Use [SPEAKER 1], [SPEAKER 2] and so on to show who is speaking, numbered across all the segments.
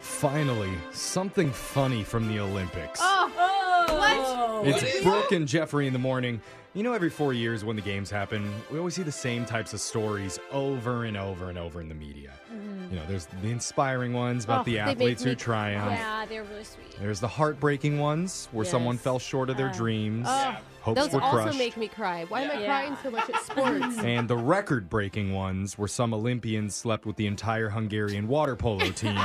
[SPEAKER 1] finally, something funny from the Olympics.
[SPEAKER 2] Oh,
[SPEAKER 1] It's Brooke and Jeffrey in the morning. You know, every four years when the games happen, we always see the same types of stories over and over and over in the media. You know, there's the inspiring ones about
[SPEAKER 2] Oh,
[SPEAKER 1] the
[SPEAKER 2] they make
[SPEAKER 1] athletes who
[SPEAKER 2] me-
[SPEAKER 1] triumph.
[SPEAKER 2] Yeah, they're Ah, really sweet.
[SPEAKER 1] There's the heartbreaking ones where someone
[SPEAKER 2] Yes.
[SPEAKER 1] fell short of their dreams,
[SPEAKER 3] Yeah.
[SPEAKER 1] hopes
[SPEAKER 3] Those
[SPEAKER 1] were
[SPEAKER 3] also
[SPEAKER 1] crushed.
[SPEAKER 3] make me cry. Why am I
[SPEAKER 2] Yeah.
[SPEAKER 3] crying so much at sports?
[SPEAKER 1] and the record breaking ones where some Olympians slept with the entire Hungarian water polo team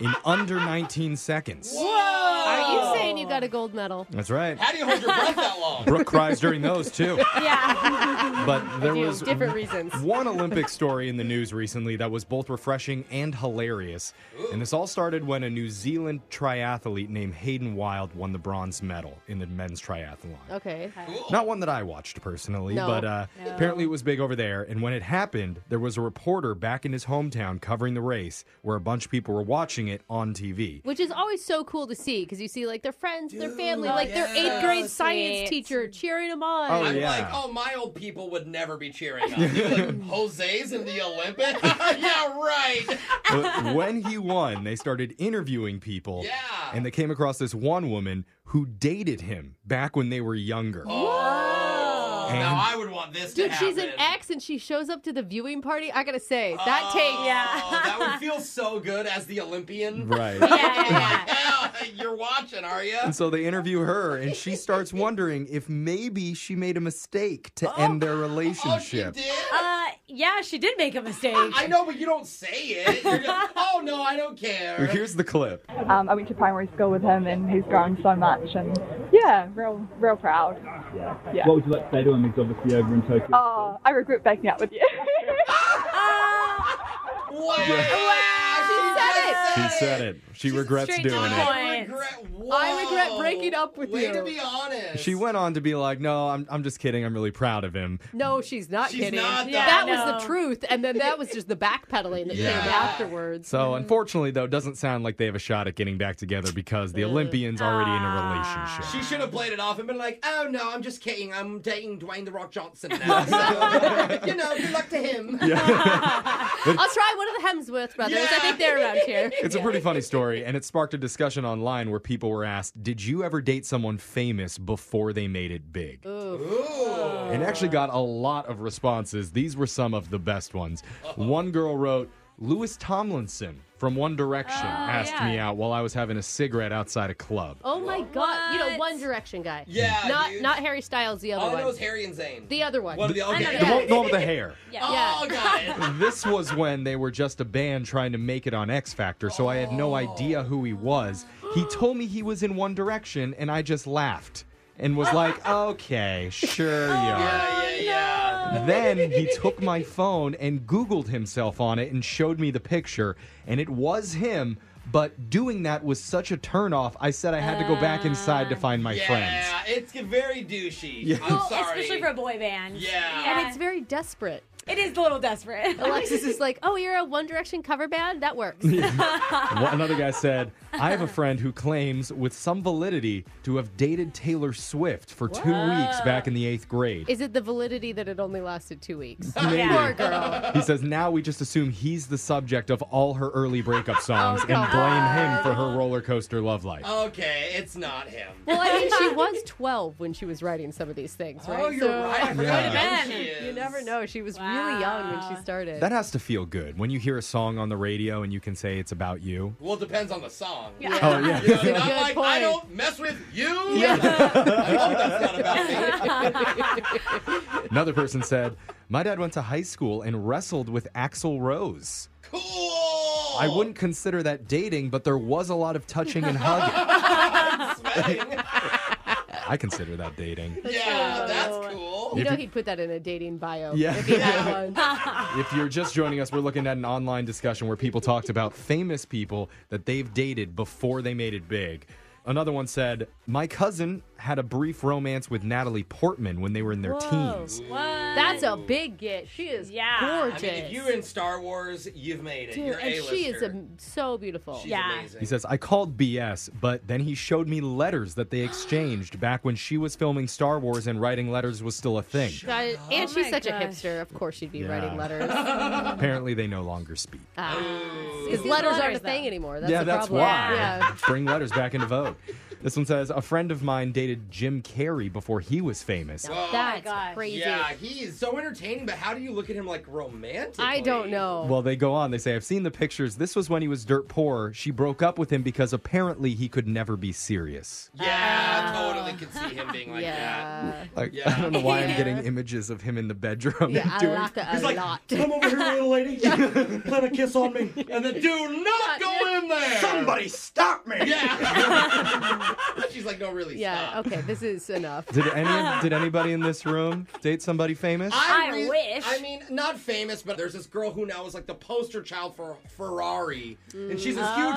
[SPEAKER 1] in under 19 seconds.
[SPEAKER 2] Oh.
[SPEAKER 3] Are you saying you got a gold medal?
[SPEAKER 1] That's right.
[SPEAKER 4] How do you hold your breath that long?
[SPEAKER 1] Brooke cries during those too.
[SPEAKER 2] Yeah.
[SPEAKER 1] But there
[SPEAKER 3] Do
[SPEAKER 1] was
[SPEAKER 3] different reasons.
[SPEAKER 1] one Olympic story in the news recently that was both refreshing and hilarious. And this all started when a New Zealand triathlete named Hayden Wild won the bronze medal in the men's triathlon.
[SPEAKER 3] Okay.
[SPEAKER 1] Not one that I watched personally,
[SPEAKER 3] No.
[SPEAKER 1] but uh, apparently it was big over there. And when it happened, there was a reporter back in his hometown covering the race where a bunch of people were watching it on TV.
[SPEAKER 3] Which is always so cool to see because you see like their friends, their family,
[SPEAKER 2] Oh,
[SPEAKER 3] like their
[SPEAKER 2] yeah.
[SPEAKER 3] eighth grade
[SPEAKER 2] So sweet.
[SPEAKER 3] science teacher cheering them on.
[SPEAKER 1] Oh,
[SPEAKER 4] I'm
[SPEAKER 1] yeah.
[SPEAKER 4] like, oh, my old people would never be cheering. Up. You like, Jose's in the Olympics? yeah, right.
[SPEAKER 1] But when he won, they started interviewing people.
[SPEAKER 4] Yeah.
[SPEAKER 1] And they came across this one woman who dated him back when they were younger.
[SPEAKER 4] Oh,
[SPEAKER 1] And-
[SPEAKER 4] now I would want this
[SPEAKER 3] Dude,
[SPEAKER 4] to happen.
[SPEAKER 3] she's an ex and she shows up to the viewing party. I gotta say, that takes.
[SPEAKER 4] Oh, that would feel so good as the Olympian.
[SPEAKER 1] Right.
[SPEAKER 2] yeah, yeah.
[SPEAKER 4] Yeah, you're watching, are you?
[SPEAKER 1] And so they interview her, and she starts wondering if maybe she made a mistake to end their
[SPEAKER 4] Oh, she
[SPEAKER 1] relationship.
[SPEAKER 4] did?
[SPEAKER 2] Uh, yeah, she did make a mistake.
[SPEAKER 4] I know, but you don't say it. You're just, oh, no, I don't care.
[SPEAKER 1] Here's the clip.
[SPEAKER 5] Um, I went to primary school with him, and he's grown so much, and yeah, real, real proud. Yeah.
[SPEAKER 6] What would you like to say to him? He's obviously over in Tokyo.
[SPEAKER 5] Oh, I regret backing up with you.
[SPEAKER 4] Wow.
[SPEAKER 3] Wow.
[SPEAKER 1] She said it. She regrets
[SPEAKER 2] straight
[SPEAKER 1] doing
[SPEAKER 2] to the
[SPEAKER 1] it.
[SPEAKER 2] point.
[SPEAKER 4] I regret,
[SPEAKER 3] I regret
[SPEAKER 4] Whoa.
[SPEAKER 3] breaking up with
[SPEAKER 4] Way
[SPEAKER 3] you.
[SPEAKER 4] to be honest.
[SPEAKER 1] She went on to be like, "No, I'm, I'm just kidding. I'm really proud of him."
[SPEAKER 3] No, she's not
[SPEAKER 4] She's
[SPEAKER 3] kidding.
[SPEAKER 4] not, though.
[SPEAKER 3] that
[SPEAKER 2] Yeah, no.
[SPEAKER 3] was the truth, and then that was just the backpedaling that
[SPEAKER 1] Yeah.
[SPEAKER 3] came afterwards.
[SPEAKER 1] So unfortunately, though, doesn't sound like they have a shot at getting back together because the Olympians already in a relationship.
[SPEAKER 4] She should have played it off and been like, "Oh no, I'm just kidding. I'm dating Dwayne the Rock Johnson now. So, you know, good luck to him."
[SPEAKER 3] I'll try one of the Hemsworth brothers. I think they're around here.
[SPEAKER 1] It's a pretty funny story, and it sparked a discussion online where people were asked, "Did you ever date someone famous before they made it big?"
[SPEAKER 4] Ooh.
[SPEAKER 1] and actually got a lot of responses. These were some of the best ones.
[SPEAKER 2] Uh-huh.
[SPEAKER 1] One girl wrote, Lewis Tomlinson from One Direction asked
[SPEAKER 2] Oh, yeah.
[SPEAKER 1] me out while I was having a cigarette outside a club.
[SPEAKER 3] Oh my god! You know,
[SPEAKER 2] What?
[SPEAKER 3] One Direction guy.
[SPEAKER 4] Yeah,
[SPEAKER 3] Not
[SPEAKER 4] dude.
[SPEAKER 3] not Harry Styles. The
[SPEAKER 4] All
[SPEAKER 3] other
[SPEAKER 4] I know
[SPEAKER 3] one.
[SPEAKER 4] is Harry and Zayn.
[SPEAKER 3] The other one.
[SPEAKER 4] One of the okay.
[SPEAKER 2] know
[SPEAKER 1] The
[SPEAKER 2] Yeah.
[SPEAKER 1] one, the one with the hair.
[SPEAKER 2] Yeah.
[SPEAKER 4] Oh, got it.
[SPEAKER 1] This was when they were just a band trying to make it on X Factor, so I had no idea who he was. He told me he was in One Direction, and I just laughed and was like, okay, sure you are.
[SPEAKER 4] Yeah, yeah,
[SPEAKER 3] Oh,
[SPEAKER 4] yeah.
[SPEAKER 1] Then he took my phone and Googled himself on it and showed me the picture, and it was him. But doing that was such a turnoff. I said I had to go back inside to find my
[SPEAKER 4] yeah,
[SPEAKER 1] friends.
[SPEAKER 4] it's very douchey.
[SPEAKER 1] Yeah.
[SPEAKER 4] I'm
[SPEAKER 2] Well,
[SPEAKER 4] sorry.
[SPEAKER 2] especially for a boy band.
[SPEAKER 4] Yeah.
[SPEAKER 3] and it's very desperate.
[SPEAKER 2] It is a little desperate.
[SPEAKER 3] Alexis is like, "Oh, you're a One Direction cover band. That works."
[SPEAKER 1] One- Another guy said, "I have a friend who claims, with some validity, to have dated Taylor Swift for two weeks back in the eighth grade."
[SPEAKER 3] Is it the validity that it only lasted two weeks?
[SPEAKER 1] Maybe.
[SPEAKER 3] Poor girl.
[SPEAKER 1] He says now we just assume he's the subject of all her early breakup songs
[SPEAKER 3] come
[SPEAKER 1] and blame him for her roller coaster love life.
[SPEAKER 4] Oh. okay, it's not him.
[SPEAKER 3] Well, I mean, she was 12 when she was writing some of these things, right?
[SPEAKER 4] oh, you're
[SPEAKER 3] So,
[SPEAKER 4] right. I forgot
[SPEAKER 1] Yeah.
[SPEAKER 4] how young
[SPEAKER 2] Yeah.
[SPEAKER 4] she is.
[SPEAKER 3] You never know. She was really young when she started.
[SPEAKER 1] That has to feel good when you hear a song on the radio and you can say it's about you.
[SPEAKER 4] Well, it depends on the song. Yeah.
[SPEAKER 1] Oh yeah.
[SPEAKER 4] You know,
[SPEAKER 3] That's a
[SPEAKER 4] not
[SPEAKER 3] good
[SPEAKER 4] like, I
[SPEAKER 3] point.
[SPEAKER 4] don't mess with you. I hope that's not about me.
[SPEAKER 1] Another person said, "My dad went to high school and wrestled with Axl Rose.
[SPEAKER 4] Cool.
[SPEAKER 1] I wouldn't consider that dating, but there was a lot of touching and hugging.
[SPEAKER 4] Sweating.
[SPEAKER 1] I consider that dating.
[SPEAKER 4] Yeah, that's cool.
[SPEAKER 3] you
[SPEAKER 1] If
[SPEAKER 3] know,
[SPEAKER 1] you-
[SPEAKER 3] he'd put that in a dating bio.
[SPEAKER 1] Yeah.
[SPEAKER 3] If he had one.
[SPEAKER 1] If you're just joining us, we're looking at an online discussion where people talked about famous people that they've dated before they made it big. Another one said, My cousin had a brief romance with Natalie Portman when they were in their
[SPEAKER 3] Whoa.
[SPEAKER 1] teens.
[SPEAKER 2] What?
[SPEAKER 3] That's a big get. She is
[SPEAKER 2] Yeah.
[SPEAKER 4] I
[SPEAKER 3] gorgeous.
[SPEAKER 4] mean, if you're in Star Wars, you've made it.
[SPEAKER 3] Dude,
[SPEAKER 4] You're
[SPEAKER 3] and
[SPEAKER 4] A-lister.
[SPEAKER 3] she is um, so beautiful.
[SPEAKER 4] She's
[SPEAKER 2] Yeah.
[SPEAKER 4] amazing.
[SPEAKER 1] He says, I called BS, but then he showed me letters that they exchanged back when she was filming Star Wars and writing letters was still a thing.
[SPEAKER 3] Got it. And
[SPEAKER 2] Oh
[SPEAKER 3] she's
[SPEAKER 2] my
[SPEAKER 3] such a
[SPEAKER 2] gosh.
[SPEAKER 3] hipster. Of course, she'd be
[SPEAKER 1] Yeah.
[SPEAKER 3] writing letters. Ah.
[SPEAKER 1] Apparently, they no longer speak.
[SPEAKER 3] Because letters aren't a thing anymore. That's
[SPEAKER 1] yeah,
[SPEAKER 3] the
[SPEAKER 1] that's
[SPEAKER 3] problem.
[SPEAKER 1] why.
[SPEAKER 3] Yeah.
[SPEAKER 1] Bring letters back into vogue. This one says, A friend of mine dated Jim Carrey before he was famous.
[SPEAKER 4] Whoa.
[SPEAKER 3] That's
[SPEAKER 2] gosh.
[SPEAKER 3] crazy.
[SPEAKER 4] yeah, he is so entertaining, but how do you look at him like romantically?
[SPEAKER 3] I don't know.
[SPEAKER 1] Well, they go on. They say, I've seen the pictures. This was when he was dirt poor. She broke up with him because apparently he could never be serious.
[SPEAKER 4] Yeah, totally could see him being like that.
[SPEAKER 3] yeah.
[SPEAKER 1] Like,
[SPEAKER 4] Uh, Yeah.
[SPEAKER 1] I don't know why I'm
[SPEAKER 2] Yeah.
[SPEAKER 1] getting images of him in the bedroom
[SPEAKER 3] Yeah, I
[SPEAKER 1] doing
[SPEAKER 3] like it a
[SPEAKER 4] He's like,
[SPEAKER 3] lot.
[SPEAKER 4] come over here, little lady. Plant a kiss on me. And then, do not go in there. Somebody stop me. Yeah. She's like, no, really,
[SPEAKER 3] Yeah,
[SPEAKER 4] stop.
[SPEAKER 3] okay, this is enough.
[SPEAKER 1] Did any did anybody in this room date somebody famous?
[SPEAKER 2] I wish.
[SPEAKER 4] I mean, not famous, but there's this girl who now is like the poster child for Ferrari, and she's this huge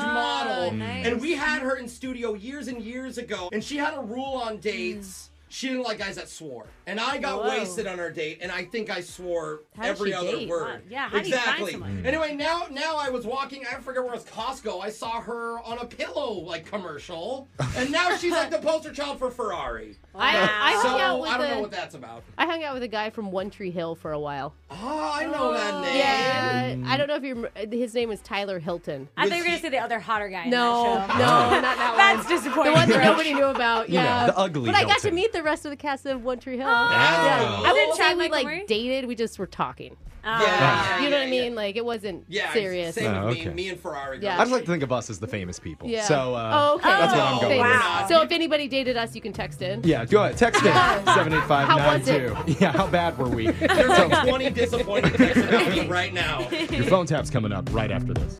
[SPEAKER 2] Mm.
[SPEAKER 4] model.
[SPEAKER 2] Oh, nice.
[SPEAKER 4] And we had her in studio years and years ago, and she had a rule on dates. She didn't like guys that swore, and I got
[SPEAKER 2] Whoa.
[SPEAKER 4] wasted on our date, and I think I swore
[SPEAKER 2] How does
[SPEAKER 4] every
[SPEAKER 2] she
[SPEAKER 4] other
[SPEAKER 2] date?
[SPEAKER 4] word.
[SPEAKER 2] Wow. Yeah, how do you find
[SPEAKER 4] exactly.
[SPEAKER 2] someone?
[SPEAKER 4] Anyway, now now I was walking. I forget where it was Costco. I saw her on a pillow like commercial, and now she's like the poster child for Ferrari.
[SPEAKER 3] I, I
[SPEAKER 4] so
[SPEAKER 3] hung out with
[SPEAKER 4] I don't
[SPEAKER 3] a-
[SPEAKER 4] know what that's about.
[SPEAKER 3] I hung out with a guy from One Tree Hill for a while.
[SPEAKER 4] Oh, I know that name.
[SPEAKER 3] Yeah, I don't know if you. rem- His name is Tyler Hilton.
[SPEAKER 2] I thought you
[SPEAKER 4] Was
[SPEAKER 2] were gonna
[SPEAKER 4] he-
[SPEAKER 2] say the other hotter guy. in
[SPEAKER 3] No,
[SPEAKER 2] that
[SPEAKER 3] no,
[SPEAKER 2] show.
[SPEAKER 3] not that one.
[SPEAKER 2] That's disappointing.
[SPEAKER 3] the one that
[SPEAKER 2] Brooke.
[SPEAKER 3] nobody knew about.
[SPEAKER 1] know,
[SPEAKER 3] Yeah,
[SPEAKER 1] the ugly
[SPEAKER 3] But I got to
[SPEAKER 1] Hilton.
[SPEAKER 3] meet the rest of the cast of One
[SPEAKER 4] Oh.
[SPEAKER 3] Tree Hill.
[SPEAKER 2] That's
[SPEAKER 3] yeah,
[SPEAKER 4] cool.
[SPEAKER 3] I
[SPEAKER 4] Was it
[SPEAKER 3] wouldn't say
[SPEAKER 2] Chad
[SPEAKER 3] we
[SPEAKER 2] Michael
[SPEAKER 3] like
[SPEAKER 2] Murray?
[SPEAKER 3] dated. We just were talking.
[SPEAKER 2] Ah.
[SPEAKER 4] Yeah.
[SPEAKER 3] Uh, you know
[SPEAKER 4] yeah,
[SPEAKER 3] what I
[SPEAKER 4] yeah.
[SPEAKER 3] mean? Like it wasn't
[SPEAKER 4] Yeah,
[SPEAKER 3] serious.
[SPEAKER 4] Same
[SPEAKER 1] Oh,
[SPEAKER 4] with
[SPEAKER 1] okay.
[SPEAKER 4] me. Me and Ferrari.
[SPEAKER 3] Yeah.
[SPEAKER 1] I just like to think of us as the famous people.
[SPEAKER 3] Yeah.
[SPEAKER 1] So uh,
[SPEAKER 3] oh, okay.
[SPEAKER 1] that's where I'm
[SPEAKER 4] Oh,
[SPEAKER 1] going.
[SPEAKER 3] Thanks.
[SPEAKER 1] with it.
[SPEAKER 4] wow.
[SPEAKER 3] So if anybody dated us, you can text in.
[SPEAKER 1] Yeah, go ahead. Text me seven eight five
[SPEAKER 3] How
[SPEAKER 1] nine
[SPEAKER 3] was it?
[SPEAKER 1] two. Yeah, how bad were we?
[SPEAKER 4] There's like 20 disappointing texts about me right now.
[SPEAKER 1] Your phone tap's coming up right after this.